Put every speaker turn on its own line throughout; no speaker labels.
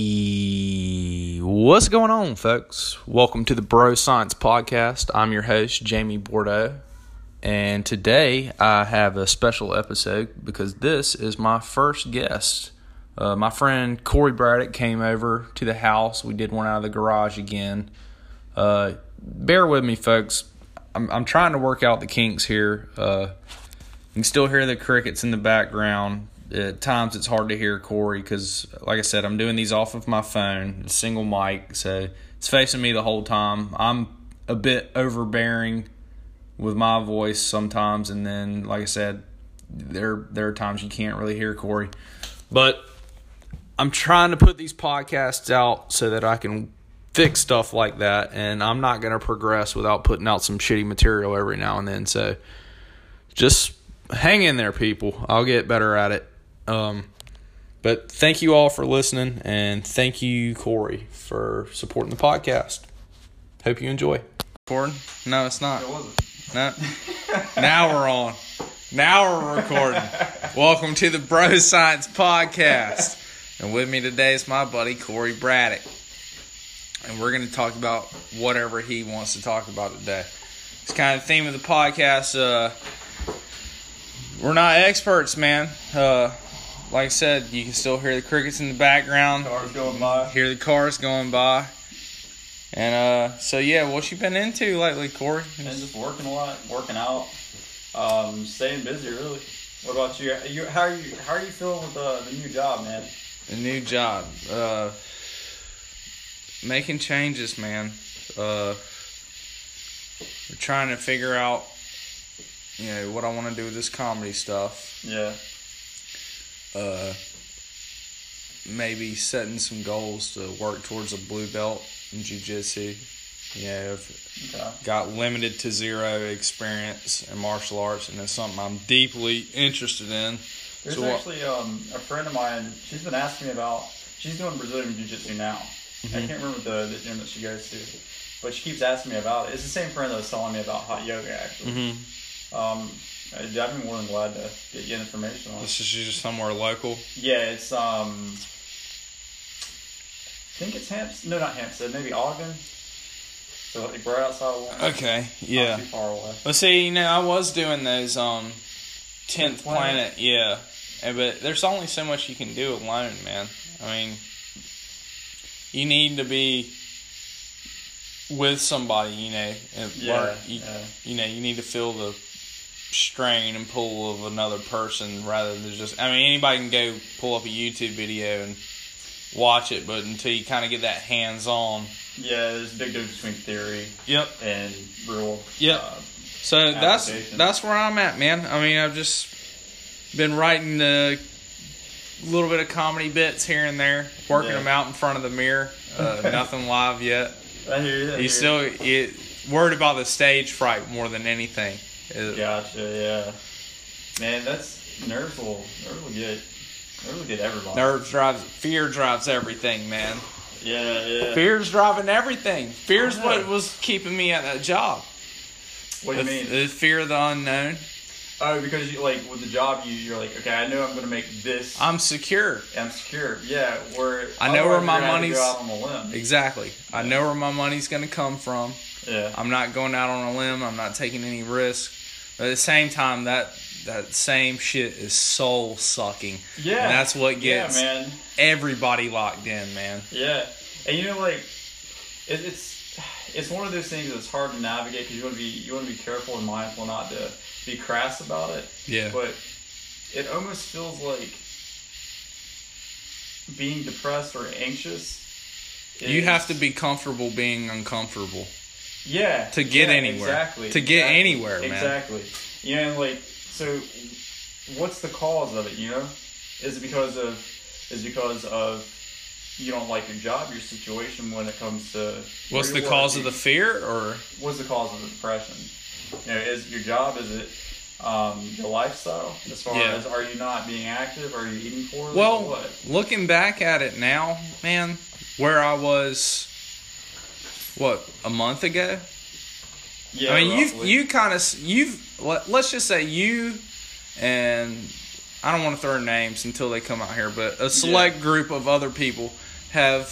Hey, what's going on, folks? Welcome to the Bro Science Podcast. I'm your host, Jamie Bordeaux. And today I have a special episode because this is my first guest. Uh, my friend Corey Braddock came over to the house. We did one out of the garage again. Uh, bear with me, folks. I'm, I'm trying to work out the kinks here. Uh, you can still hear the crickets in the background. At times, it's hard to hear Corey because, like I said, I'm doing these off of my phone, a single mic, so it's facing me the whole time. I'm a bit overbearing with my voice sometimes, and then, like I said, there there are times you can't really hear Corey. But I'm trying to put these podcasts out so that I can fix stuff like that, and I'm not going to progress without putting out some shitty material every now and then. So just hang in there, people. I'll get better at it. Um, but thank you all for listening, and thank you, Corey, for supporting the podcast. Hope you enjoy. Recording? No, it's not. No. now we're on. Now we're recording. Welcome to the Bro Science Podcast. And with me today is my buddy Corey Braddock. And we're going to talk about whatever he wants to talk about today. It's kind of the theme of the podcast. Uh, we're not experts, man. Uh, like I said, you can still hear the crickets in the background,
Cars going by.
hear the cars going by. And uh, so, yeah, what you been into lately, Corey?
And just working a lot, working out, um, staying busy really. What about you? You how are you how are you feeling with the, the new job, man?
A new job. Uh, making changes, man. Uh, we're trying to figure out, you know, what I want to do with this comedy stuff.
Yeah.
Uh, maybe setting some goals to work towards a blue belt in jujitsu. You know, I've
Okay.
got limited to zero experience in martial arts, and it's something I'm deeply interested in.
There's
So uh, what-
actually um, a friend of mine. She's been asking me about. She's doing Brazilian jiu-jitsu now.
Mm-hmm.
I can't remember the, the gym that she goes to, but she keeps asking me about it. It's the same friend that was telling me about hot yoga actually.
Mm-hmm.
Um, I- I've been more than glad to get you information on. it.
This is usually somewhere local.
Yeah, it's um. I think it's Hampstead. No, not Hampstead. Maybe Ogden. So like right outside of Lawrence.
Okay,
Not
Uh, yeah.
too far away.
Well, see, you know, I was doing those um, tenth
Tenth planet.
planet, yeah, and, but there's only so much you can do alone, man. I mean, you need to be with somebody, you know, and
Yeah.
learn- you,
yeah.
you know, you need to feel the strain and pull of another person rather than just. I mean, anybody can go pull up a YouTube video and watch it, but until you kind of get that hands-on.
Yeah, There's a big difference between theory
Yep.
and real.
Yep.
Uh,
So that's
application.
that's where I'm at, man. I mean, I've just been writing a little bit of comedy bits here and there, working
Yeah.
them out in front of the mirror. Uh, nothing live yet.
I hear you. I hear
You still it, worried about the stage fright more than anything. It-
Gotcha. Yeah. Man, that's nerves will nerves will get nerves will get everybody.
Nerves drives fear drives everything, man.
Yeah. Yeah.
Fear's driving everything. Fear's
Yeah.
what was keeping me at that job.
What do you
the,
mean?
The fear of the unknown.
Oh, because you like with the job, you you're like, okay, I know I'm gonna make this.
I'm secure.
I'm secure. Yeah, where
I know where
otherwise
my
you're gonna have to
money's-
Go out on a limb.
Exactly. I know where my money's gonna come from.
Yeah.
I'm not going out on a limb. I'm not taking any risk. But at the same time, that that same shit is soul sucking.
Yeah.
And that's what gets
Yeah, man.
everybody locked in, man.
Yeah. And you know, like, it, it's it's one of those things that's hard to navigate because you want to be you want to be careful and mindful not to be crass about it.
Yeah.
But it almost feels like being depressed or anxious.
You
is-
have to be comfortable being uncomfortable.
yeah
to get
yeah,
anywhere.
exactly
To get
exactly,
anywhere, man.
exactly you know like so what's the cause of it you know is it because of is it because of you don't like your job your situation when it comes to
What's
where
the
you
cause of
work?
the fear or
what's the cause of the depression you know is it your job is it um, your lifestyle as far
Yeah.
as are you not being active are you eating poorly or
well,
what?
looking back at it now, man, where I was what, a month ago?
yeah
I mean,
roughly.
you you kind of you've let, let's just say you and I don't want to throw names until they come out here, but a select group of other people have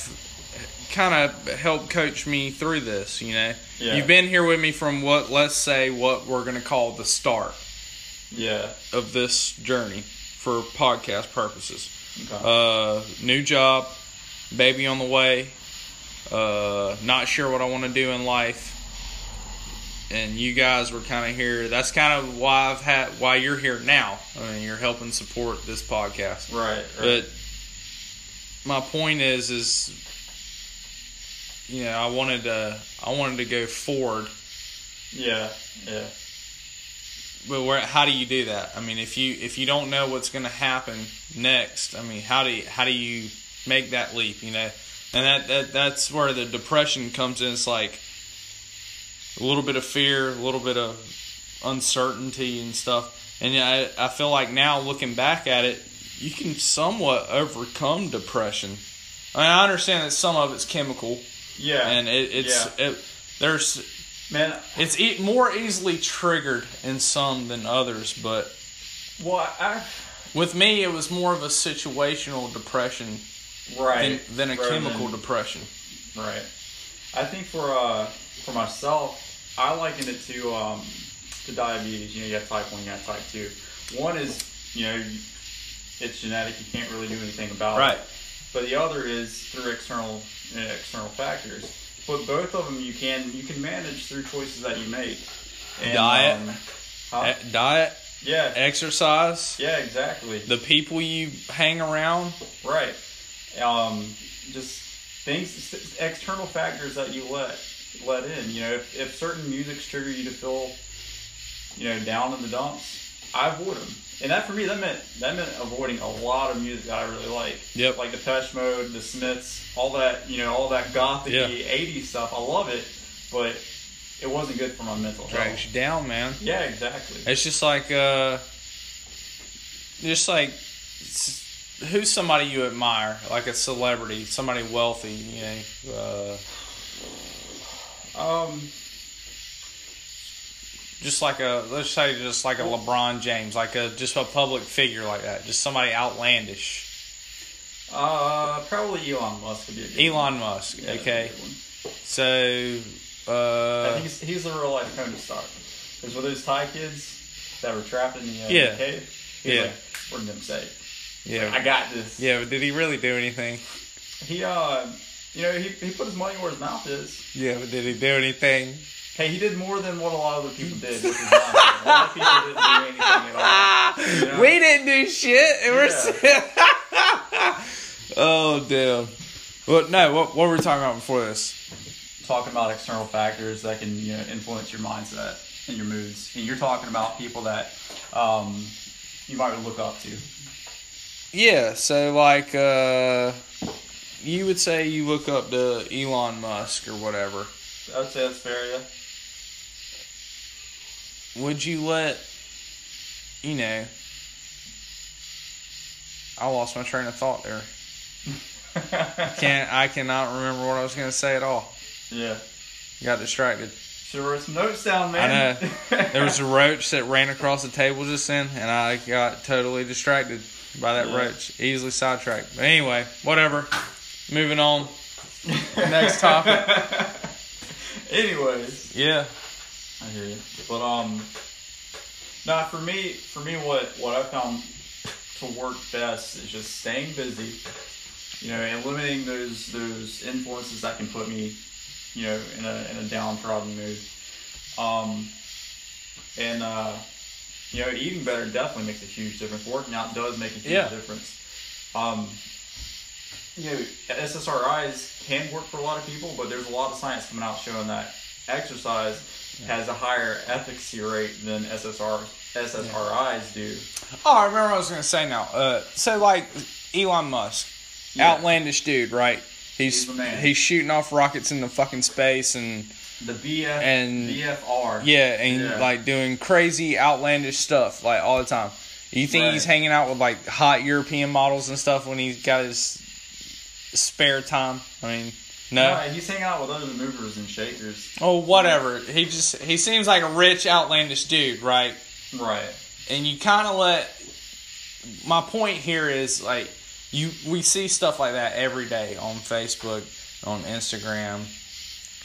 kind of helped coach me through this. You know,
Yeah.
you've been here with me from what let's say what we're gonna call the start
Yeah.
of this journey for podcast purposes.
Okay.
Uh, new job, baby on the way, uh, not sure what I want to do in life. And you guys were kind of here. That's kind of why I've had why you're here now. I mean, you're helping support this podcast.
right. Right.
But my point is, is you know, I wanted to I wanted to go forward
yeah. Yeah.
But where, how do you do that? I mean, if you if you don't know what's going to happen next, I mean, how do you, how do you make that leap? You know, and that, that that's where the depression comes in. It's like a little bit of fear, a little bit of uncertainty and stuff. And yeah, I, I feel like now looking back at it, you can somewhat overcome depression. I mean, I understand that some of it's chemical,
Yeah.
and it, it's it, there's
man.
it's e- more easily triggered in some than others, but
Well, I,
with me, it was more of a situational depression
I right.
than, than a
rather
chemical depression.
Right. I think for uh for myself, I liken it to um to diabetes. You know, you have type one, you have type two. One is you know you- it's genetic. You can't really do anything about it.
Right.
But the other is through external uh, external factors. But both of them you can you can manage through choices that you make. And,
Diet.
um, how-
E- diet,
yeah.
exercise,
Yeah. Exactly.
the people you hang around.
Right. Um, just things, s- external factors that you let let in. You know, if, if certain music's trigger you to feel, you know, down in the dumps, I avoid them. And that for me, that meant that meant avoiding a lot of music that I really like.
Yep.
Like Depeche Mode, The Smiths, all that. You know, all that gothic
Yeah.
'80s stuff. I love it, but it wasn't good for my mental
Drags
health.
you down, man.
Yeah, exactly.
It's just like, uh, just like, s- who's somebody you admire? Like a celebrity, somebody wealthy, you know, uh,
Um,
just like a let's say just like a LeBron James, like a just a public figure like that, just somebody outlandish.
uh, probably Elon Musk would be a good one.
Elon Musk.
Yeah, that'd be a
okay,
good one.
so
I
uh,
think he's, he's the real life Tony Stark. Because with those Thai kids that were trapped in the, uh,
Yeah.
cave, he's
Yeah.
like, we're gonna save. I
yeah,
got this.
yeah. But did he really do anything?
He, uh, you know, he, he put his money where his mouth is.
Yeah, but did he do anything?
Hey, he did more than what a lot of other people did. Which is not good. a lot of people didn't do anything at all. you know?
Ah! We didn't do shit. And we're
Yeah.
s- oh damn. Well, no. What, what were we talking about before this?
Talking about external factors that can you know, influence your mindset and your moods. And you're talking about people that um, you might look up to.
Yeah, so like uh, you would say you look up to Elon Musk or whatever.
I'd say that's fair, yeah.
would you let you know I lost my train of thought there. Can't I cannot remember what I was gonna say at all.
yeah.
Got distracted.
Sure wrote some notes down,
I
man.
know. There was a roach that ran across the table just then and I got totally distracted by that
Yeah.
roach. Easily sidetracked. But anyway, whatever. Moving on. next topic.
Anyways,
Yeah.
I hear you. But um, now for me, for me, what what I found to work best is just staying busy, you know, and limiting those those influences that can put me, you know, in a in a downtrodden mood. Um, and uh, you know, eating better definitely makes a huge difference. Working out does make a huge
Yeah.
difference. Um, you know, SSRIs can work for a lot of people, but there's a lot of science coming out showing that exercise has a higher efficacy rate than SSR, SSRIs do.
Oh, I remember what I was gonna say now. Uh, so like Elon Musk,
Yeah.
outlandish dude, right? He's
He's the man.
he's shooting off rockets into fucking space and
The BF,
And-
BFR.
yeah, and
Yeah.
like doing crazy outlandish stuff like all the time. You think he's
Right.
hanging out with like hot European models and stuff when he's got his spare time? I mean, no.
Right, he's hanging out with other movers and shakers.
Oh, whatever. He just he seems like a rich outlandish dude, right?
Right.
and you kind of let my point here is like you we see stuff like that every day on Facebook, on Instagram.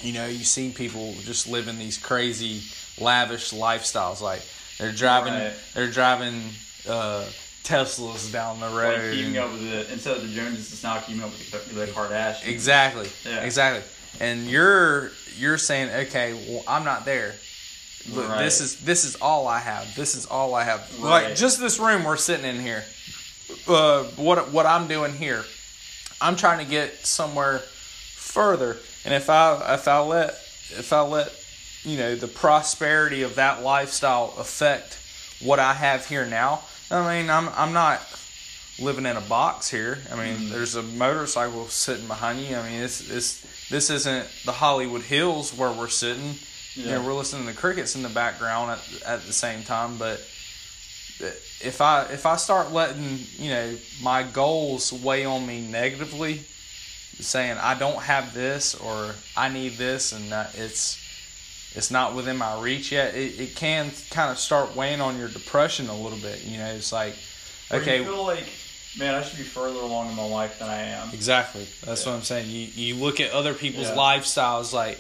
You know, you see people just living these crazy lavish lifestyles. Like they're driving,
Right.
they're driving uh, Teslas down the road.
Like keeping up with the instead of the Joneses, it's now keeping up with the, the Kardashians.
Exactly.
Yeah.
Exactly. And you're you're saying, okay, well, I'm not there. Look,
Right.
This is this is all I have. This is all I have. Like
Right.
just this room we're sitting in here. Uh, what what I'm doing here, I'm trying to get somewhere further. And if I if I let if I let you know the prosperity of that lifestyle affect what I have here now, I mean I'm I'm not living in a box here. I mean, there's a motorcycle sitting behind you. I mean, it's it's this isn't the Hollywood Hills where we're sitting. You know,
Yeah.
we're listening to crickets in the background at, at the same time. But if I if I start letting you know my goals weigh on me negatively, saying I don't have this or I need this and that it's it's not within my reach yet, it, it can kind of start weighing on your depression a little bit. You know, it's like
Or
okay.
You feel like, man, I should be further along in my life than I am.
Exactly. That's what I'm saying. You you look at other people's
Yeah.
lifestyles like,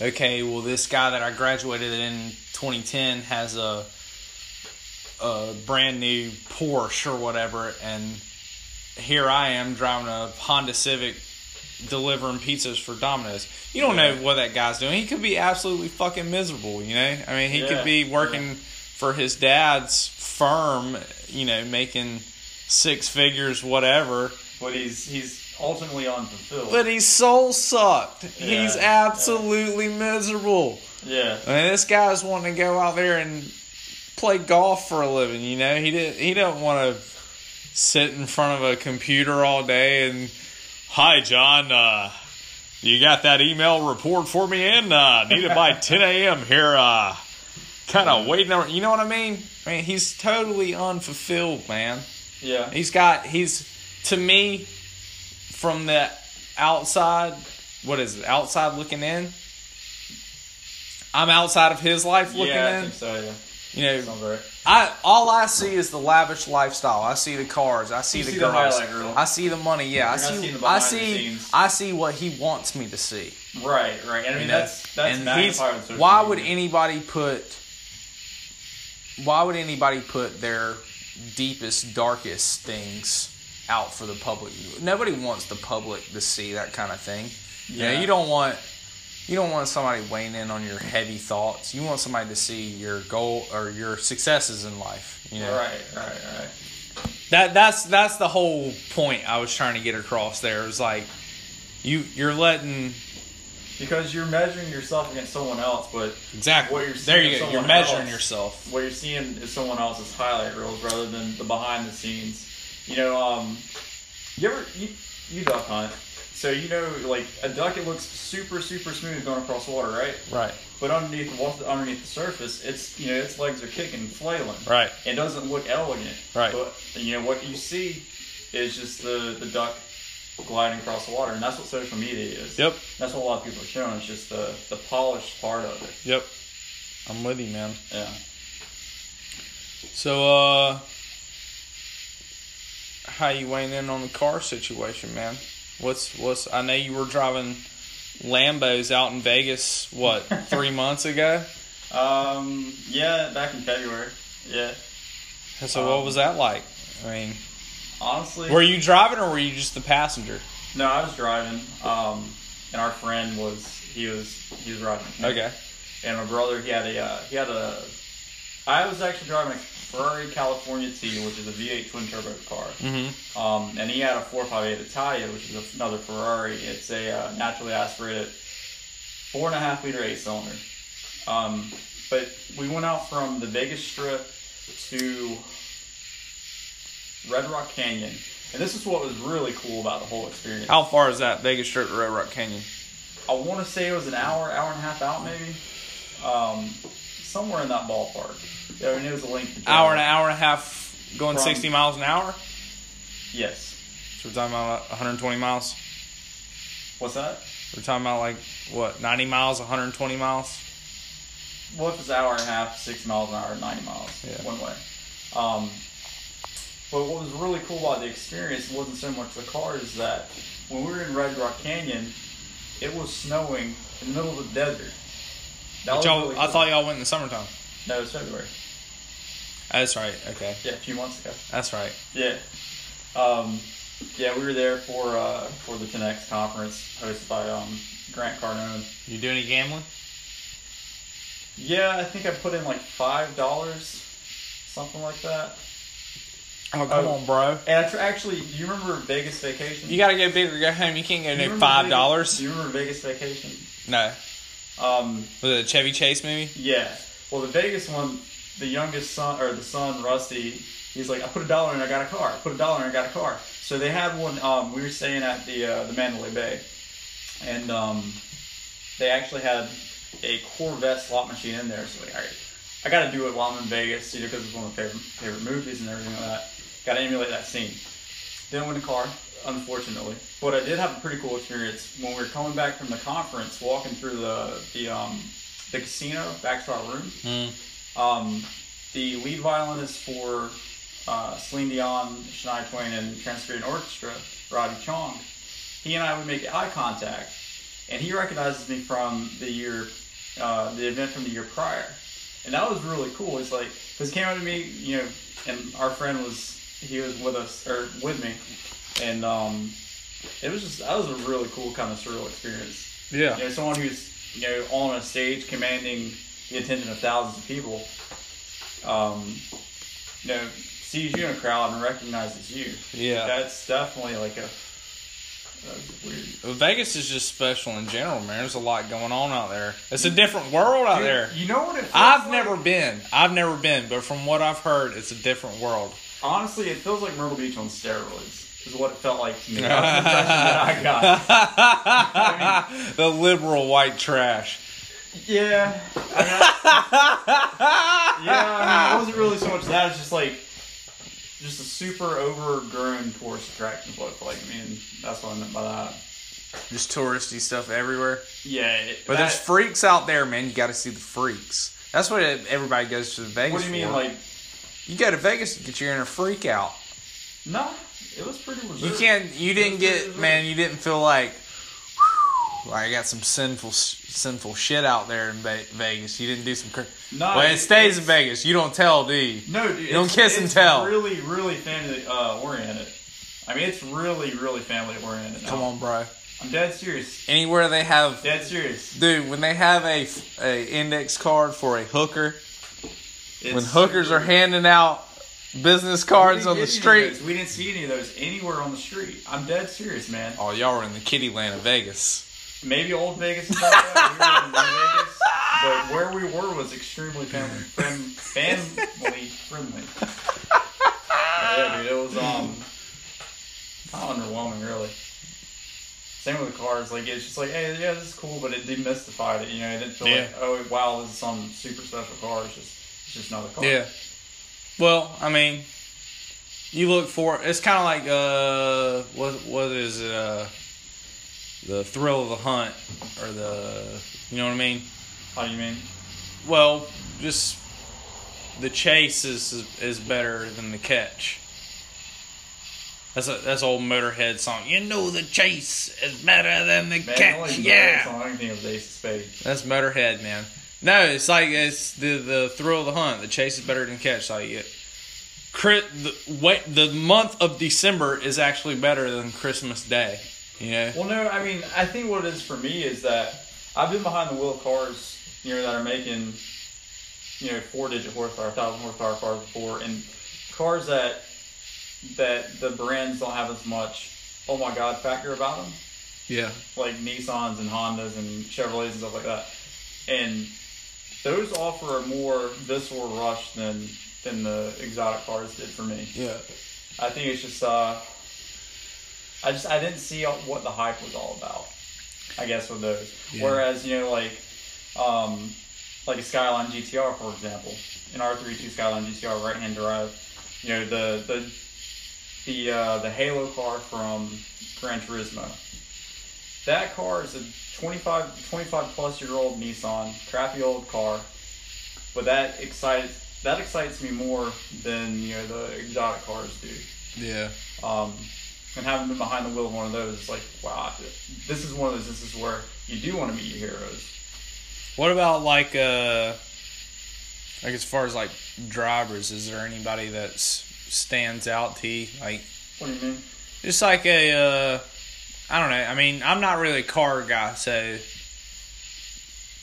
okay, well this guy that I graduated in 2010 has a a brand new Porsche or whatever and here I am driving a Honda Civic delivering pizzas for Domino's. You don't
Yeah.
know what that guy's doing. He could be absolutely fucking miserable, you know? I mean, he
Yeah,
could be working
yeah.
for his dad's firm, you know, making six figures whatever.
But he's he's ultimately unfulfilled.
But he's soul sucked.
Yeah,
he's
yeah.
absolutely miserable.
yeah.
I mean, this guy's wanting to go out there and play golf for a living. You know, he didn't. He don't want to sit in front of a computer all day and, hi John, uh, you got that email report for me in? Uh, need it by 10 a.m. here. Uh, kind of waiting. On, you know what I mean? I mean, he's totally unfulfilled, man.
Yeah.
He's got he's to me from the outside. What is it? Outside looking in. I'm outside of his life looking
yeah, I
in.
think so, yeah.
You know,
Sounds right.
I all I see is the lavish lifestyle. I see the cars. I see
You
the
see the
girls.
highlight reel.
I see the money. Yeah, I
You're not
see.
seeing the
I
behind the
see.
scenes.
I see what he wants me to see.
Right, right. And I mean,
You know?
that's, that's
And he's-
magnified on social
why would
media.
anybody put why would anybody put their deepest darkest things out for the public nobody wants the public to see that kind of thing yeah you,
Yeah.
don't want you don't want somebody weighing in on your heavy thoughts you want somebody to see your goal or your successes in life you know
Right, right, right.
that that's that's the whole point i was trying to get across there is like you you're letting
Because you're measuring yourself against someone else, but
exactly
What you're
there
seeing
you go you're
someone
measuring
else.
yourself
what you're seeing is someone else's highlight reels rather than the behind the scenes. You know, um, you ever you, you duck hunt, so you know like a duck it looks super super smooth going across water, right?
right
But underneath what's underneath the surface, it's you know its legs are kicking, flailing.
Right.
It doesn't look elegant.
Right.
But you know what you see is just the the duck gliding across the water, and that's what social media is.
Yep.
That's what a lot of people are showing. It's just the the polished part of it.
Yep. I'm with you, man.
Yeah.
So, uh, how you weighing in on the car situation, man? What's what's? I know you were driving Lambos out in Vegas. What three months ago?
Um. Yeah. Back in February. Yeah.
So
Um,
what was that like? I mean,
Honestly.
were you driving or were you just the passenger?
No, I was driving. Um, and our friend was he was he was riding. with me.
Okay.
And my brother he had a uh, he had a. I was actually driving a Ferrari California T, which is a V8 twin turbo car.
Mm-hmm.
Um, and he had a 458 Italia, which is another Ferrari. It's a uh, naturally aspirated four and a half liter eight cylinder. Um, but we went out from the Vegas Strip to Red Rock Canyon, and this is what was really cool about the whole experience.
How far is that Vegas Strip to Red Rock Canyon?
I want to say it was an hour, hour and a half out, maybe, um, somewhere in that ballpark. Yeah, I mean it was a length. of
Hour and an
drive.
hour and a half, going
From-
60 miles an hour.
Yes.
So we're talking about 120 miles.
What's that?
We're talking about like what 90 miles, 120 miles.
Well, if it's an hour and a half, six miles an hour, 90 miles
Yeah.
one way. Um, But what was really cool about the experience wasn't so much the car is that when we were in Red Rock Canyon, it was snowing in the middle of the desert. That
But
was
y'all,
really
I
cool.
thought y'all went in the summertime.
No, it's February.
That's right. Okay.
Yeah, a few months ago.
That's right.
Yeah. Um, yeah, we were there for uh, for the 10X conference hosted by um, Grant Cardone.
You do any gambling?
Yeah, I think I put in like five dollars, something like that.
Oh,
come
on, bro.
And I tr- actually, do you remember Vegas Vacation?
You gotta go big or go home. You can't
Do
go
you
no
remember
five
Vegas-
dollars.
Do you remember Vegas Vacation?
No.
Um,
Was it a Chevy Chase movie?
yeah. Well, the Vegas one, the youngest son or the son, Rusty, he's like, I put a dollar in, I got a car. I put a dollar in, I got a car. So they had one. Um, we were staying at the uh, the Mandalay Bay, and um, they actually had a Corvette slot machine in there. So like, all right, I got to do it while I'm in Vegas, you know, because it's one of my favorite favorite movies and everything like that. Got to emulate that scene. Didn't win the car, unfortunately, but I did have a pretty cool experience when we were coming back from the conference, walking through the the um, the casino back to our room.
Mm.
Um, the lead violinist for uh, Celine Dion, Shania Twain, and Transparent Orchestra, Roddy Chong, he and I would make eye contact, and he recognizes me from the year, uh, the event from the year prior, and that was really cool. It's like because he came up to me, you know, and our friend was he was with us or with me, and um, it was just that was a really cool kind of surreal experience
Yeah.
you know, someone who's you know on a stage commanding the attention of thousands of people, um, you know, sees you in a crowd and recognizes you.
Yeah.
That's definitely like a that's weird.
Vegas is just special in general, man. There's a lot going on out there. It's a different world out there.
You know what? It feels
I've
like?
never been. I've never been, but from what I've heard, it's a different world.
honestly, it feels like Myrtle Beach on steroids. Is what it felt like to me. That's the impression that I got.
the liberal white trash.
Yeah. I mean, I- yeah, I mean, it wasn't really so much that. It's just like just a super overgrown tourist attraction. is What it felt like, I mean, that's what I meant by that.
Just touristy stuff everywhere.
Yeah, it,
But
that,
there's freaks out there, man. You got to see the freaks. That's what everybody goes to Vegas.
what do you mean?
for.
Like,
you go to Vegas to get your inner freak out.
no, it was pretty reserved.
You can't. You didn't get, man. You didn't feel like. "Whew, I got some sinful, sinful shit out there in Ve- Vegas. You didn't do some. Cr-
No,
well, it
it's-
stays in Vegas. You don't tell, do you?
No, dude, you
don't kiss and tell.
Really, really family uh, oriented. I mean, it's really, really family oriented.
Come on, bro.
I'm dead serious.
Anywhere they have
Dead serious.
Dude, when they have a, a index card for a hooker,
It's
when hookers are handing out business cards
We
on the
didn't get any
street.
of those. We didn't see any of those anywhere on the street. I'm dead serious, man.
Oh, y'all were in the kitty land of Vegas.
Maybe Old Vegas is not that. We were in New Vegas, but where we were was extremely family friend, family friendly. But
Uh,
yeah, dude, it was um, kind of underwhelming, really. Same with the cars, like it's just like, hey, yeah, this is cool, but it demystified it. You know, it didn't feel
Yeah.
like, oh, wow, this is some super special car. It's just, it's just another car.
Well, I mean, you look for it's kind of like uh, what what is it? Uh, the thrill of the hunt, or the you know what I mean?
How do you mean?
Well, just the chase is is better than the catch. That's a that's an old Motorhead song. You know the chase is better than the
Man, I
catch.
like
Yeah,
on anything of Ace of Spades.
that's Motorhead, man. No, it's like it's the the thrill of the hunt. The chase is better than catch. Like it, Chri- the wait, the month of December is actually better than Christmas Day. You know,
Well, no, I mean, I think what it is for me is that I've been behind the wheel of cars, you know, that are making, you know, four-digit horsepower, thousand horsepower cars before, and cars that that the brands don't have as much. Oh my God, factor about them,
yeah,
like Nissans and Hondas and Chevrolets and stuff like that, and those offer a more visceral rush than than the exotic cars did for me.
yeah.
I think it's just uh, I just I didn't see what the hype was all about. I guess with those.
Yeah.
Whereas you know like, um, like a Skyline GTR for example, an R32 Skyline GTR right-hand drive, you know the the the uh, the Halo car from Gran Turismo. That car is a 25, 25 plus year old Nissan, crappy old car, but that excited that excites me more than you know the exotic cars do.
Yeah.
Um, and having been behind the wheel of one of those, it's like wow, this is one of those instances where you do want to meet your heroes.
What about like uh like as far as like drivers, is there anybody that s- stands out to you? Like
What do you mean?
just like a uh I don't know. I mean, I'm not really a car guy, so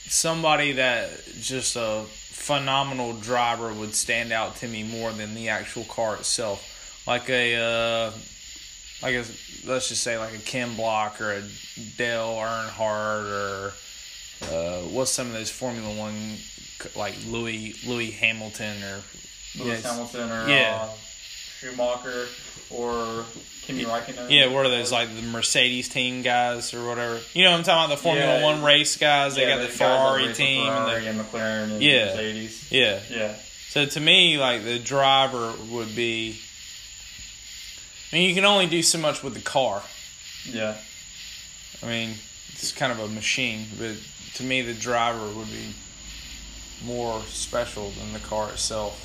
somebody that just a phenomenal driver would stand out to me more than the actual car itself. Like a uh like a let's just say like a Ken Block or a Dale Earnhardt or uh, what's some of those Formula One c- like Louis Louis Hamilton or Yes.
Lewis Hamilton or
Yeah.
uh, Schumacher or Kimi Räikkönen.
yeah, what are those like the Mercedes team guys or whatever? You know, what I'm talking about the Formula
Yeah.
One race guys. They
Yeah,
got the
guys that
Ferrari
race with
team.
Ferrari
And
and McLaren and
Yeah.
Mercedes.
the, yeah.
Yeah,
So to me, like the driver would be. I mean, you can only do so much with the car.
yeah.
I mean, it's kind of a machine, but to me, the driver would be more special than the car itself.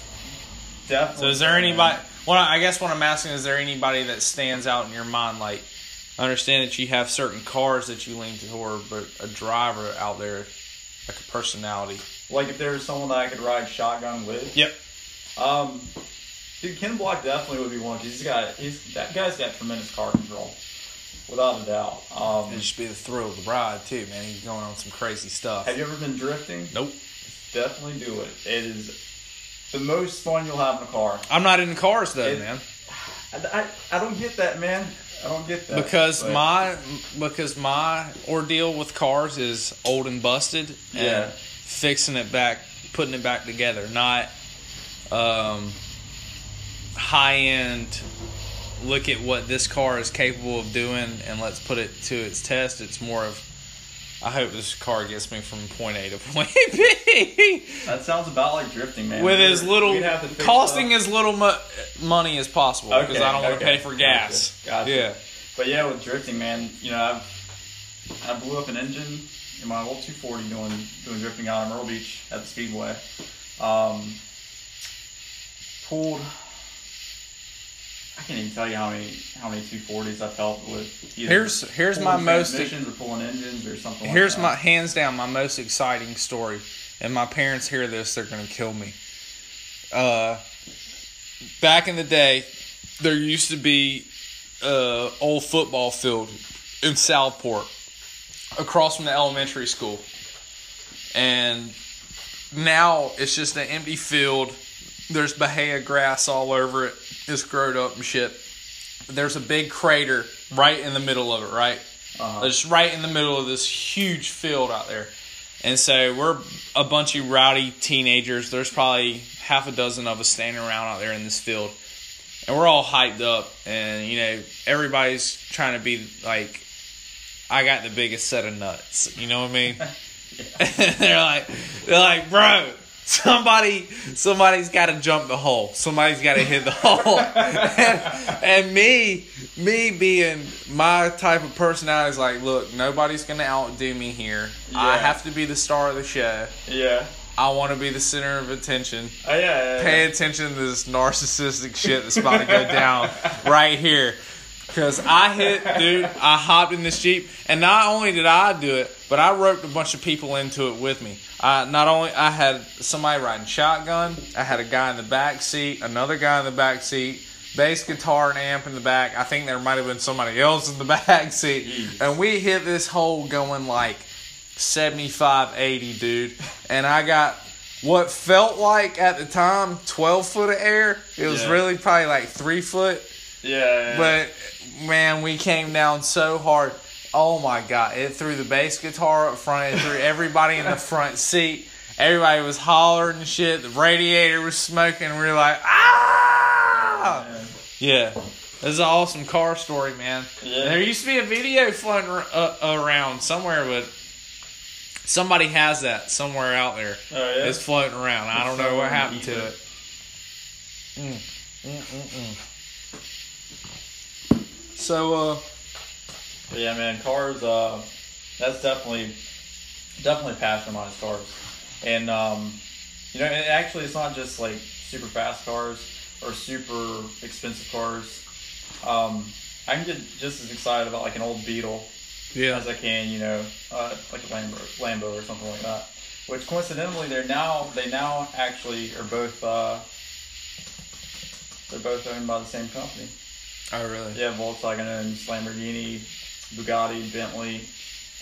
Definitely.
So, is there anybody? Well, I guess what I'm asking is there anybody that stands out in your mind? Like, I understand that you have certain cars that you lean toward, but a driver out there, like a personality.
Like if there was someone that I could ride shotgun with.
Yep.
Um, dude, Ken Block definitely would be one. 'cause He's got he's that guy's got tremendous car control, without a doubt. Um,
It'd just be the thrill of the ride too, man. He's going on some crazy stuff.
have you ever been drifting?
Nope.
Definitely do it. It is the most fun you'll have in a car.
I'm not in cars though,
It-
man.
I, I, I don't get that, man. I don't get that.
because
but-
my because my ordeal with cars is old and busted
Yeah.
and fixing it back putting it back together not um high end look at what this car is capable of doing and let's put it to its test it's more of I hope this car gets me from point A to point B
that sounds about like drifting, man.
with
We'd-
as little
we'd have to fix
costing
up-
as little mo- money as possible because
Okay,
I don't want to
okay.
pay for gas.
Gotcha, gotcha.
Yeah.
But yeah, with drifting, man, you know, I've I blew up an engine in my old 240 doing doing drifting out in Myrtle Beach at the Speedway. Um, pulled. I can't even tell you how many how many 240s I felt with. Either
Here's- here's my
pulling
most-
transmissions or pulling engines or something. like
Here's
that.
my hands down my most exciting story, and my parents hear this, they're gonna kill me. Uh, back in the day, there used to be uh old football field in Southport, across from the elementary school, and now it's just an empty field. There's bahia grass all over it. It's grown up and shit. There's a big crater right in the middle of it, right?
Uh-huh.
It's right in the middle of this huge field out there. And so we're a bunch of rowdy teenagers. There's probably half a dozen of us standing around out there in this field. And we're all hyped up. And, you know, everybody's trying to be like, I got the biggest set of nuts. You know what I mean? they're like, they're like, bro, somebody, somebody's got to jump the hole. Somebody's got to hit the hole. and, and me, me being my type of personality is like, look, nobody's gonna outdo me here. I
Yeah.
have to be the star of the show.
Yeah.
I want to be the center of attention.
Oh yeah. yeah, yeah.
Pay attention to this narcissistic shit that's about to go down right here. Cause I hit, dude. I hopped in this jeep, and not only did I do it, but I roped a bunch of people into it with me. I not only I had somebody riding shotgun, I had a guy in the back seat, another guy in the back seat, bass guitar and amp in the back. I think there might have been somebody else in the back seat,
Jeez.
and we hit this hole going like 75, 80, dude. And I got what felt like at the time 12 foot of air. It was
Yeah.
really probably like three foot.
Yeah. yeah, yeah.
But man, we came down so hard. Oh my god! It threw the bass guitar up front. It threw everybody in the front seat. Everybody was hollering and shit. The radiator was smoking. We were like, ah!
Yeah.
Yeah, this is an awesome car story, man.
Yeah.
There used to be a video floating ar- uh, around somewhere, but somebody has that somewhere out there.
Oh yeah.
It's floating around. I don't
It's
know
somewhere
what
in
happened
the
to it.
ether.
Mm. Mm, mm, mm. So, uh,
But yeah, man, cars. Uh, that's definitely definitely passion of mine is cars, and um, You know, and actually, it's not just like super fast cars or super expensive cars. Um, I can get just as excited about like an old Beetle
Yeah.
as I can, you know, uh, like a Lambo, Lambo or something like that. Which coincidentally, they're now they now actually are both uh, they're both owned by the same company.
Oh, really?
Yeah, Volkswagen owns Lamborghini, Bugatti, Bentley,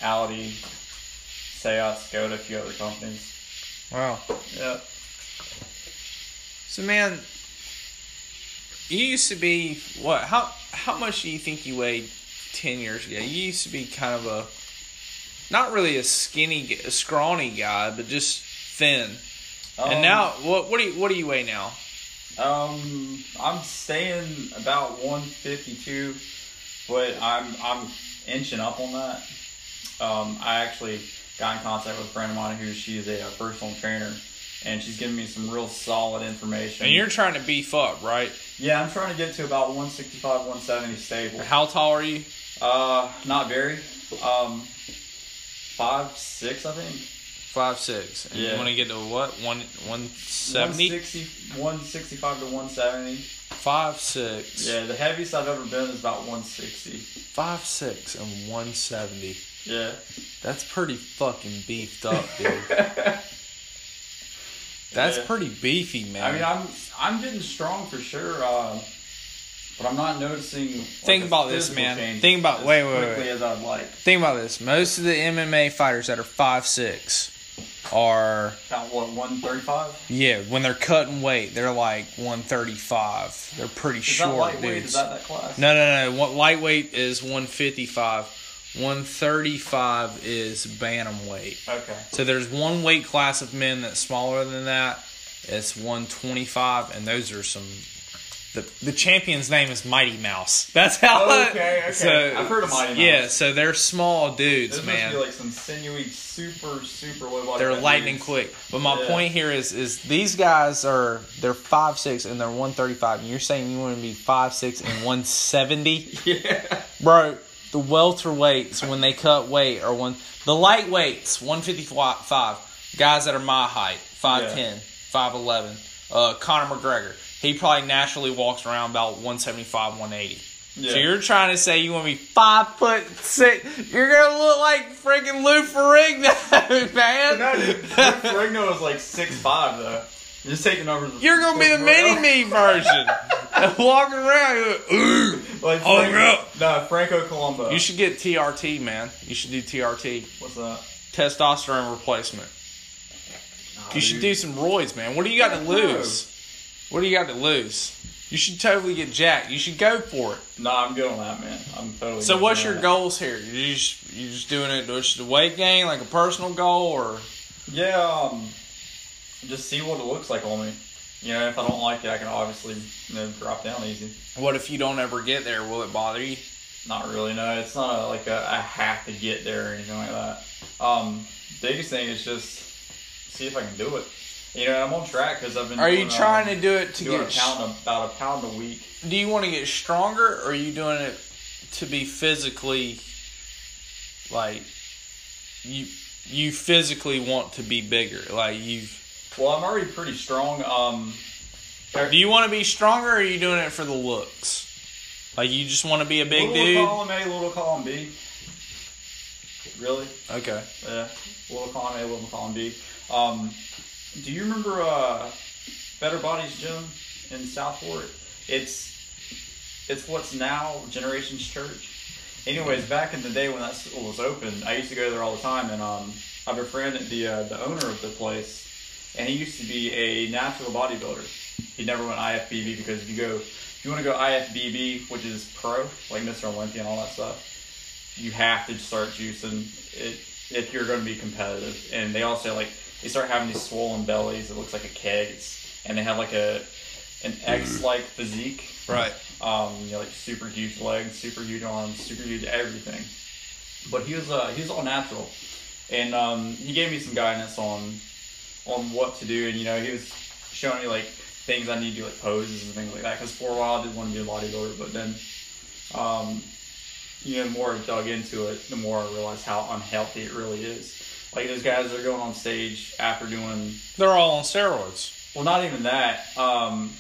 Audi, Seat, Skoda, a few other companies.
Wow.
Yeah,
So, man, you used to be what? How how much do you think you weighed ten years ago? You used to be kind of a not really a skinny, g- a scrawny guy, but just thin. and
Um,
now, what what do you what do you weigh now?
Um, I'm staying about 152, but I'm I'm inching up on that. Um, I actually got in contact with a friend of mine who she's a, uh personal trainer, and she's giving me some real solid information.
And you're trying to beef up, right?
yeah, I'm trying to get to about 165, 170 stable.
How tall are you?
Uh, not very. Um, five six, I think.
Five six. And
Yeah.
you want to get to what? One one seventy?
160, 165 to 170.
Five six.
Yeah, the heaviest I've ever been is about 160.
Five six and one seventy.
Yeah.
That's pretty fucking beefed up, dude. That's
That's Yeah.
pretty beefy, man.
I mean, I'm I'm getting strong for sure, uh, but I'm not noticing. like,
Think
a
about this,
physical
man.
change
Think about-
as
wait, wait, wait,
quickly
wait.
as I'd like.
Think about this. Most of the MMA fighters that are five six are
About what 135?
yeah, when they're cutting weight, they're like one thirty five. They're pretty
Is
short
that lightweight?
dudes.
Is that that class?
No, no, no. What lightweight is one fifty five. One thirty five is bantamweight.
Okay.
So there's one weight class of men that's smaller than that. It's 125, and those are some. The, the champion's name is Mighty Mouse. That's how.
Okay, okay. I've heard of Mighty Mouse.
Yeah, so they're small dudes,
This must
man.
be like some sinewy, super, super low body.
they're
fat
lightning
dudes.
quick. But my
Yeah.
point here is, is these guys are they're five six and they're 135. And you're saying you want to be five six and 170?
Yeah.
Bro, the welterweights when they cut weight are one. The lightweights, one fifty five. Guys that are my height, 5'10", 5'11". Uh, Conor McGregor, he probably naturally walks around about 175, 180.
Yeah.
So you're trying to say you want to be five foot six? You're gonna look like freaking Lou Ferrigno, man.
No, dude, Rick Ferrigno is like six five though. You just take the numbers.
you're gonna be the mini me version, walking around. you're like, "Ooh."
Like
Oh,
Frank-
yeah.
No, Franco Colombo.
You should get TRT, man. You should do TRT.
What's that?
testosterone replacement.
Nah,
You should do
dude.
some roids, man. What do you got to
No.
lose? What do you got to lose? You should totally get jacked. You should go for it.
Nah, I'm good on that, man. I'm totally.
So,
good
what's
on
your
that.
goals here? You just you just doing it? Just a weight gain, like a personal goal, or
Yeah, um, just see what it looks like on me. You know, if I don't like it, I can obviously you know drop down easy.
what if you don't ever get there? Will it bother you?
Not really. No, it's not a, like a, I have to get there or anything like that. Um, biggest thing is just see if I can do it. You know, I'm on track because I've been.
Are you
doing,
trying
um,
to do it to
doing
get?
a pound a- about a pound a week?
Do you want to get stronger, or are you doing it to be physically, like you you physically want to be bigger? Like you've
Well, I'm already pretty strong. Um,
Do you want to be stronger, or are you doing it for the looks? Like you just want to be a big
little
dude?
column A, little column B. Really?
Okay.
Yeah, little column A, little column B. Um, do you remember uh, Better Bodies Gym in Southport? It's it's what's now Generations Church. Anyways, back in the day when that school was open, I used to go there all the time, and um, I befriended the uh, the owner of the place, and he used to be a natural bodybuilder. He never went IFBB because if you go, if you want to go IFBB, which is pro, like Mr. Olympia and all that stuff, you have to start juicing it if you're going to be competitive. And they also like they start having these swollen bellies. It looks like a keg. It's, and they have like a an X like physique.
Right.
Um, you know, like super huge legs, super huge arms, super huge everything. But he was uh, he was all natural, and um, he gave me some guidance on on what to do. And you know, he was showing me like things I need to do, like poses and things like that. Because for a while I did want to be a bodybuilder, but then um, you know, the more I dug into it, the more I realized how unhealthy it really is. Like those guys that are going on stage after doing
They're all on steroids.
well, not even that. Um,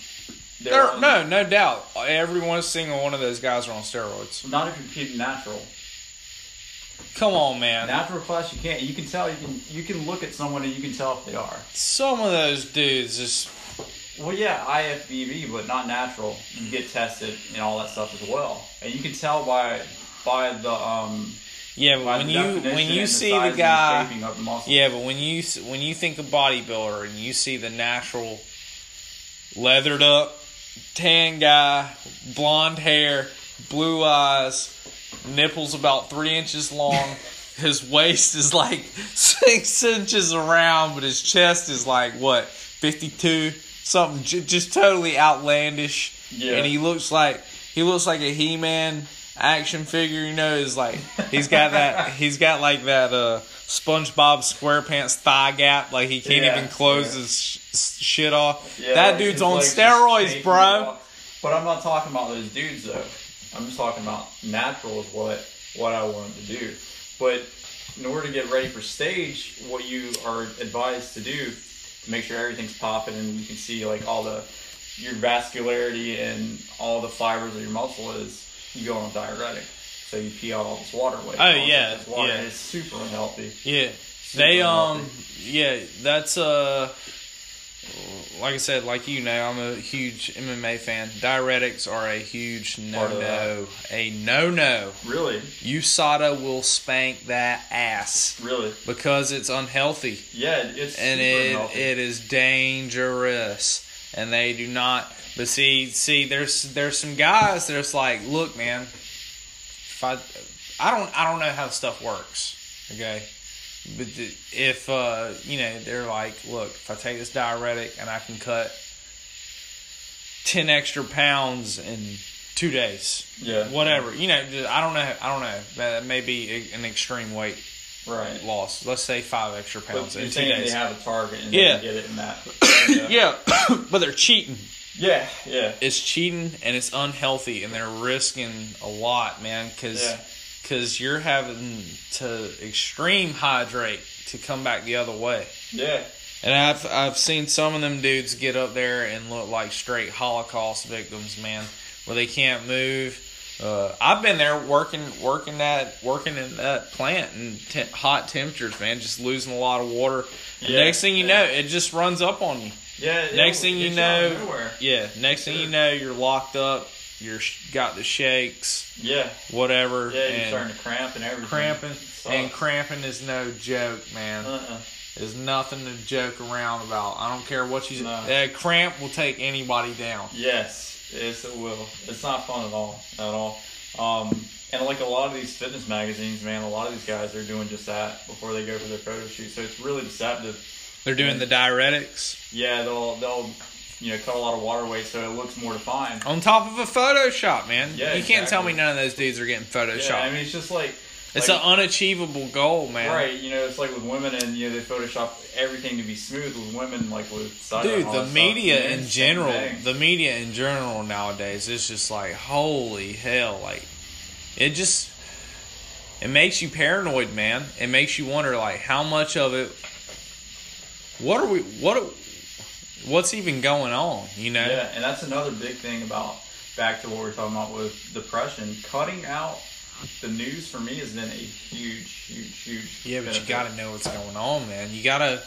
they're
They're,
on-
no, no doubt. Every one single one of those guys are on steroids.
Not if you're keeping natural.
Come on, man.
Natural class, you can't. You can tell. You can. You can look at someone and you can tell if they are.
Some of those dudes just
Well, yeah, IFBB, but not natural. You get tested and all that stuff as well, and you can tell by by the um.
yeah. But
by
when
the
you
definition
when
and
you see
size
the
and
guy,
shaping of the muscle.
Yeah, but when you when you think of bodybuilder and you see the natural leathered up tan guy, blonde hair, blue eyes, nipples about three inches long, his waist is like six inches around, but his chest is like what fifty two something, j- just totally outlandish.
Yeah.
and he looks like he looks like a He Man action figure. You know, is like he's got that he's got like that uh SpongeBob SquarePants thigh gap. Like he can't
Yeah,
even close
yeah.
his sh- s- shit off.
Yeah,
that
like,
dude's
his
on
legs just
steroids,
shake
bro.
off. But I'm not talking about those dudes though. I'm just talking about natural is what what I wanted to do. But in order to get ready for stage, what you are advised to do, make sure everything's popping and you can see like all the your vascularity and all the fibers of your muscle is you go on a diuretic. So you pee out all this water away.
Oh,
All this
yeah,
excess water,
yeah.
and It's super unhealthy.
Yeah,
Super
they um,
unhealthy.
yeah, that's uh, like I said, like you know, I'm a huge MMA fan. Diuretics are a huge no
Part of that.
no, a no no.
Really,
USADA will spank that ass
really,
because it's unhealthy.
yeah, it's
and
super
it,
unhealthy.
it is dangerous and they do not but see see there's there's some guys that's like look man if i i don't i don't know how stuff works okay but the- if uh you know they're like look if i take this diuretic and i can cut 10 extra pounds in two days
yeah,
whatever you know i don't know i don't know that may be an extreme weight
right.
loss let's say five extra pounds
But you're
in two
saying
days
they have uh, a target and
Yeah.
they can get it in that.
yeah, but they're cheating.
Yeah, yeah.
It's cheating and it's unhealthy, and they're risking a lot, man. Because
Yeah.
you're having to extreme hydrate to come back the other way.
Yeah.
And I've I've seen some of them dudes get up there and look like straight Holocaust victims, man, where they can't move. Uh, I've been there working working that working in that plant in te- hot temperatures, man, just losing a lot of water. And
Yeah,
next thing you
yeah.
know, it just runs up on you.
Yeah. it'll
Next thing you
get out of
know-
nowhere.
Yeah. Next thing you know, you're locked up. You're sh- got the shakes,
Yeah.
whatever.
Yeah, you're
and
starting to cramp and everything.
cramping.
Sucks.
And cramping is no joke, man.
Uh-uh.
There's nothing to joke around about. I don't care what you.
No.
Uh, cramp will take anybody down.
Yes, yes, it will. It's not fun at all, at all. Um, and like a lot of these fitness magazines, man, a lot of these guys are doing just that before they go for their photo shoot. So it's really deceptive.
They're doing the diuretics
Yeah, they'll they'll you know cut a lot of water away so it looks more defined.
on top of a Photoshop, man.
Yeah,
you can't tell
exactly.
me none of those dudes are getting Photoshopped.
Yeah, I mean it's just like
it's
like-
an unachievable goal, man.
Right, you know, it's like with women, and you know, they Photoshop everything to be smooth. With women, like with side
Dude, the media in general,
The,
the media in general nowadays, it's just like holy hell, like it just it makes you paranoid, man. It makes you wonder like how much of it what are we what are- what's even going on, you know?
yeah, and that's another big thing about back to what we are talking about with depression. Cutting out the news for me has been a huge, huge, huge.
Yeah, but you
benefit.
got to know what's going on, man. You got to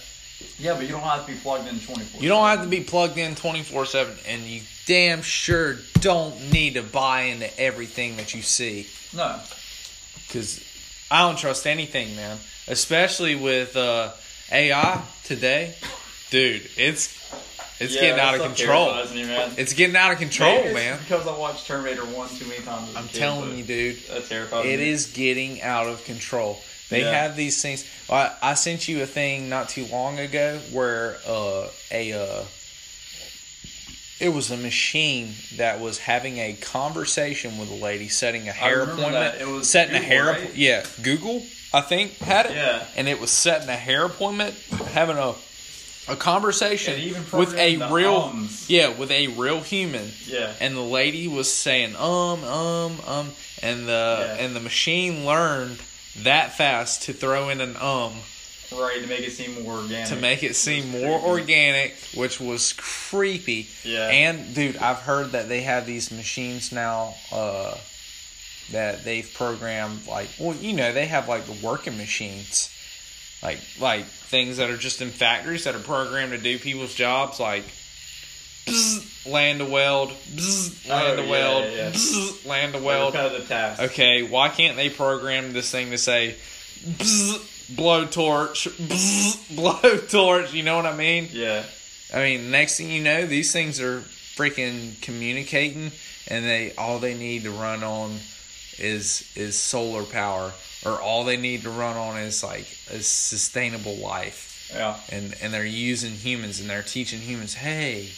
Yeah, but you don't have to be plugged in twenty four.
you don't have to be plugged in 24/7 and you damn sure don't need to buy into everything that you see.
No.
because I don't trust anything, man. Especially with uh, AI today, dude. It's it's
Yeah,
getting out
that's
of
up there,
control.
doesn't it, man.
It's getting out of control,
Maybe it's
man.
Because I watched Terminator one too many times. as a
I'm
kid,
telling
but
you, dude.
that terrified
It
me.
is getting out of control. They
Yeah.
have these things. I, I sent you a thing not too long ago where uh, a uh, it was a machine that was having a conversation with a lady, setting a hair
remember
appointment,
that. It was
setting a
Google,
hair.
right?
appo- Yeah, Google I think had it,
Yeah.
and it was setting a hair appointment, having a a conversation
And even
with a
programming the
real
ums.
yeah with a real human
Yeah.
and the lady was saying um um um and the
Yeah.
and the machine learned that fast to throw in an um
Right, to make it seem more organic.
to make it seem more organic which was creepy
Yeah.
and dude i've heard that they have these machines now uh that they've programmed like well you know they have like the working machines like like things that are just in factories that are programmed to do people's jobs like bzz, land to weld bzz,
Oh,
land to
yeah,
weld
yeah, yeah.
bzz, land to
well,
weld
repetitive tasks.
okay, why can't they program this thing to say bzz, blowtorch, bzz, blowtorch? You know what I mean?
Yeah.
I mean, next thing you know, these things are freaking communicating, and they all they need to run on is is solar power, or all they need to run on is like a sustainable life
Yeah.
and and they're using humans and they're teaching humans, hey,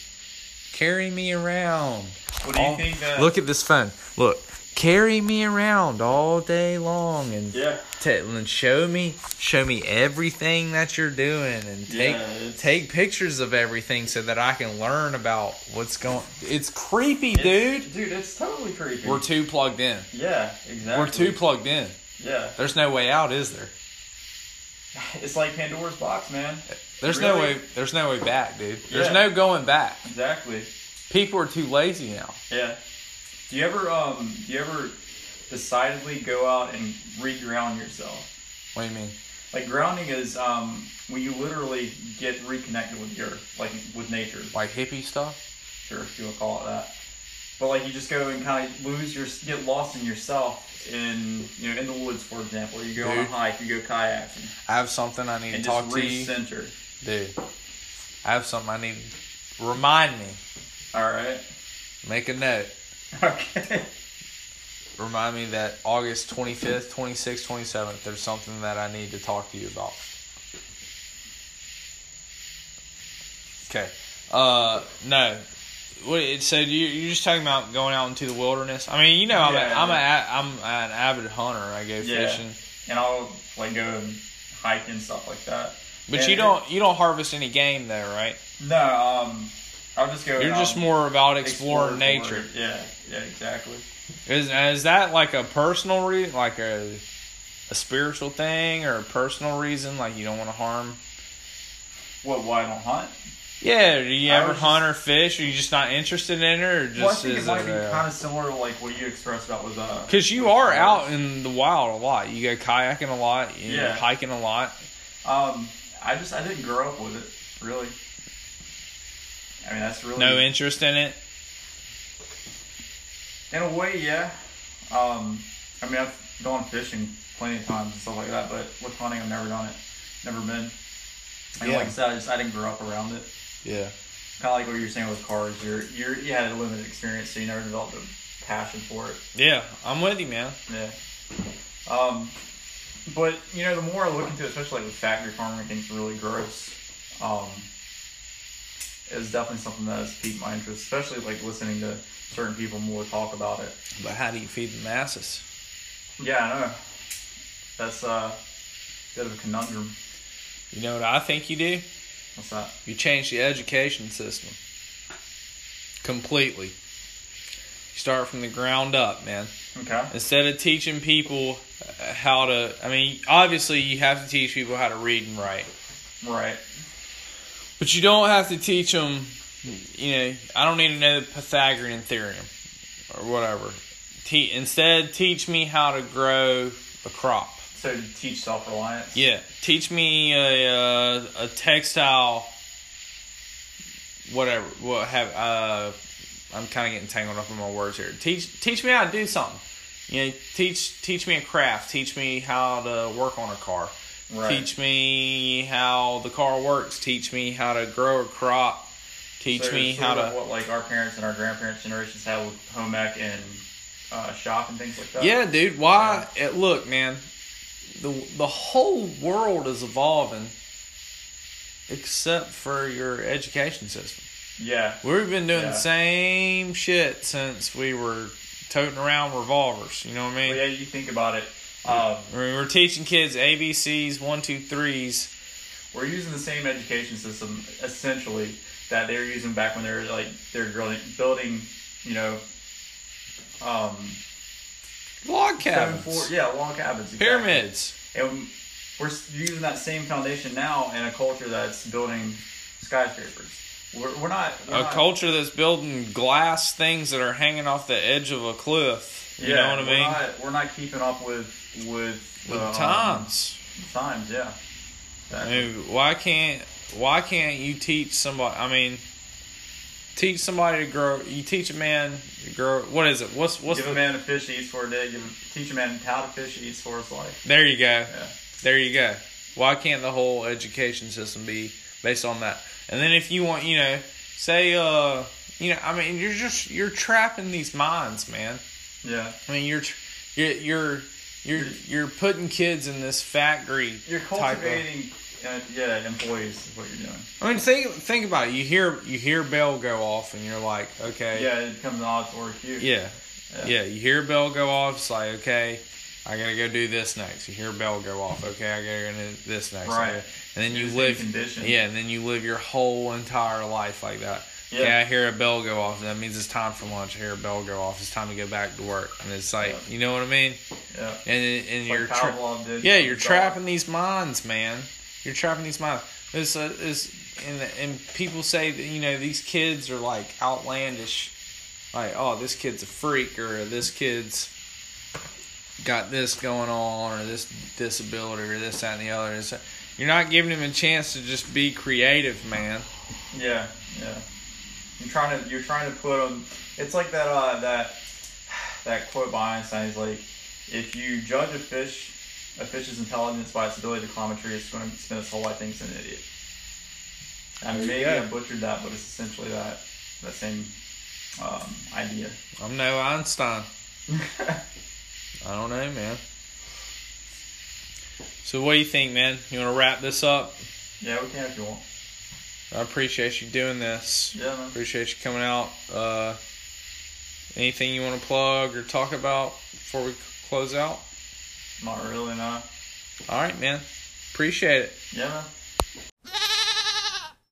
carry me around.
What do you
all-
think that-
Look at this phone. Look, carry me around all day long and
Yeah.
t- and show me show me everything that you're doing and take
Yeah, it's-
take pictures of everything so that I can learn about what's going. It's creepy,
It's-
dude.
Dude, it's totally creepy.
We're too plugged in.
yeah, exactly.
We're too plugged in.
Yeah.
There's no way out, is there?
It's like Pandora's box, man.
There's no
Really?
way. There's no way back, dude. There's
Yeah.
no going back.
Exactly.
People are too lazy now.
Yeah. Do you ever um do you ever decidedly go out and reground yourself?
What do you mean?
Like grounding is um when you literally get reconnected with the earth, like with nature,
Like hippie stuff?
sure if you want to call it that. But like you just go and kind of lose your get lost in yourself in you know in the woods, for example. You go on a
Dude.
hike, you go kayaking,
I have something I need
and
to talk
just
to you.
recenter.
Dude, I have something I need remind me.
All right.
Make a note.
Okay.
Remind me that August 25th, 26th, 27th, there's something that I need to talk to you about. Okay. Uh, no. What, it- so you, you're just talking about going out into the wilderness? I mean, you know, I'm,
Yeah.
a, I'm, a, I'm an avid hunter. I go
Yeah.
fishing.
and I'll like go and hike and stuff like that.
But
And
you
it-
don't you don't harvest any game though, right?
No, um, I'll just go.
You're
and
just
I'll
more about
explore
exploring nature.
for- Yeah, yeah, exactly.
Is is that like a personal reason, like a a spiritual thing, or a personal reason, like you don't want to harm?
What? Why I don't hunt?
Yeah, do you
I
ever
was
hunt or fish? Are you just not interested in it, or just
well, I think it
is
might
it
be kind of similar to like what you expressed about with uh.
because you
with
are
birds.
out in the wild a lot. You go kayaking a lot. You yeah.
Yeah.
hiking a lot.
Um, I just I didn't grow up with it really. I mean that's really
No interest in it.
in a way, yeah. Um, I mean I've gone fishing plenty of times and stuff like that, but with hunting I've never done it, never been. And
Yeah.
like I said, I just I didn't grow up around it.
Yeah.
Kind of like what you were saying with cars, you're you're you had a limited experience, so you never developed a passion for it.
Yeah, I'm with you, man.
Yeah. Um, but you know, the more I look into, it, especially like with factory farming, things really gross. Um, it's definitely something that has piqued my interest, especially like listening to certain people more talk about it.
But how do you feed the masses?
Yeah, I know. That's uh, a bit of a conundrum.
You know what I think you do?
What's that?
You change the education system completely. You start from the ground up, man.
Okay.
Instead of teaching people uh, how to, I mean, obviously you have to teach people how to read and write,
Right.
but you don't have to teach them. You know, I don't need to know the Pythagorean theorem or whatever. Te- instead, teach me how to grow a crop.
So to teach self-reliance.
Yeah, teach me a a, a textile, whatever. What have uh, I'm kind of getting tangled up in my words here. Teach teach me how to do something. You know, teach teach me a craft. Teach me how to work on a car.
Right.
Teach me how the car works. Teach me how to grow a crop. Teach
So
me
sort
how
of
to.
what like our parents and our grandparents' generations had with home ec and uh, shop and things like that.
Yeah, dude. Why? It, look, man. The the whole world is evolving, except for your education system.
Yeah.
We've been doing
Yeah.
the same shit since we were toting around revolvers. You know what I mean?
Well, yeah, you think about it. Um,
I mean, we're teaching kids ABCs, one, two, threes,
we're using the same education system essentially that they were using back when they were like they're building, building you know, um,
Log
seven
cabins,
four- yeah, log cabins, exactly.
pyramids.
and we're s- using that same foundation now in a culture that's building skyscrapers. We're, we're not we're
A
not-
culture that's building glass things that are hanging off the edge of a cliff. You know what I
we're
mean?
Not, we're not keeping up with with
With
um,
times.
Times, yeah.
I
Exactly.
mean, why can't why can't you teach somebody? I mean, teach somebody to grow. You teach a man to grow. What is it? What's what's
give
the,
a man a fish he eats for a day. Give a, teach a man how to fish he eats for his life.
There you go.
Yeah.
There you go. Why can't the whole education system be based on that? And then if you want, you know, say, uh, you know, I mean, you're just you're trapping these minds, man.
Yeah.
I mean, you're tr- you're you're you're, you're putting kids in this factory
You're
type of-
cultivating, uh, yeah, employees is what you're doing.
I mean, think think about it. You hear you hear bell go off, and you're like, okay,
Yeah, it becomes an odds or cute.
Yeah.
Yeah.
yeah. You hear a bell go off, it's like, okay, I gotta go do this next. You hear a bell go off, okay, I gotta go do this next.
Right.
And then you
It's
live
conditioned.
Yeah, and then you live your whole entire life like that.
Yeah.
Yeah, I hear a bell go off. That means it's time for lunch. I hear a bell go off. It's time to go back to work. And it's like,
Yeah.
you know what I mean?
Yeah.
And and
Like
you're tra-
Pavlov did
yeah,
with
you're
the dog.
trapping these minds, man. You're trapping these minds. This is and and people say that you know these kids are like outlandish, like oh this kid's a freak or this kid's got this going on or this disability or this that and the other. It's, uh, you're not giving him a chance to just be creative, man.
Yeah, yeah. You're trying to you're trying to put them. It's like that uh that that quote by Einstein. He's like, if you judge a fish, a fish's intelligence by its ability to climb a tree, it's going to spend its whole life thinking it's an idiot. I
There you
maybe
go.
I butchered that, but it's essentially that that same um, idea.
I'm no Einstein. I don't know, man. So what do you think, man? You want to wrap this up?
yeah, we can if you want.
I appreciate you doing this.
Yeah, man.
Appreciate you coming out. Uh, anything you want to plug or talk about before we c- close out?
Not really, not.
All right, man. Appreciate it.
Yeah, man.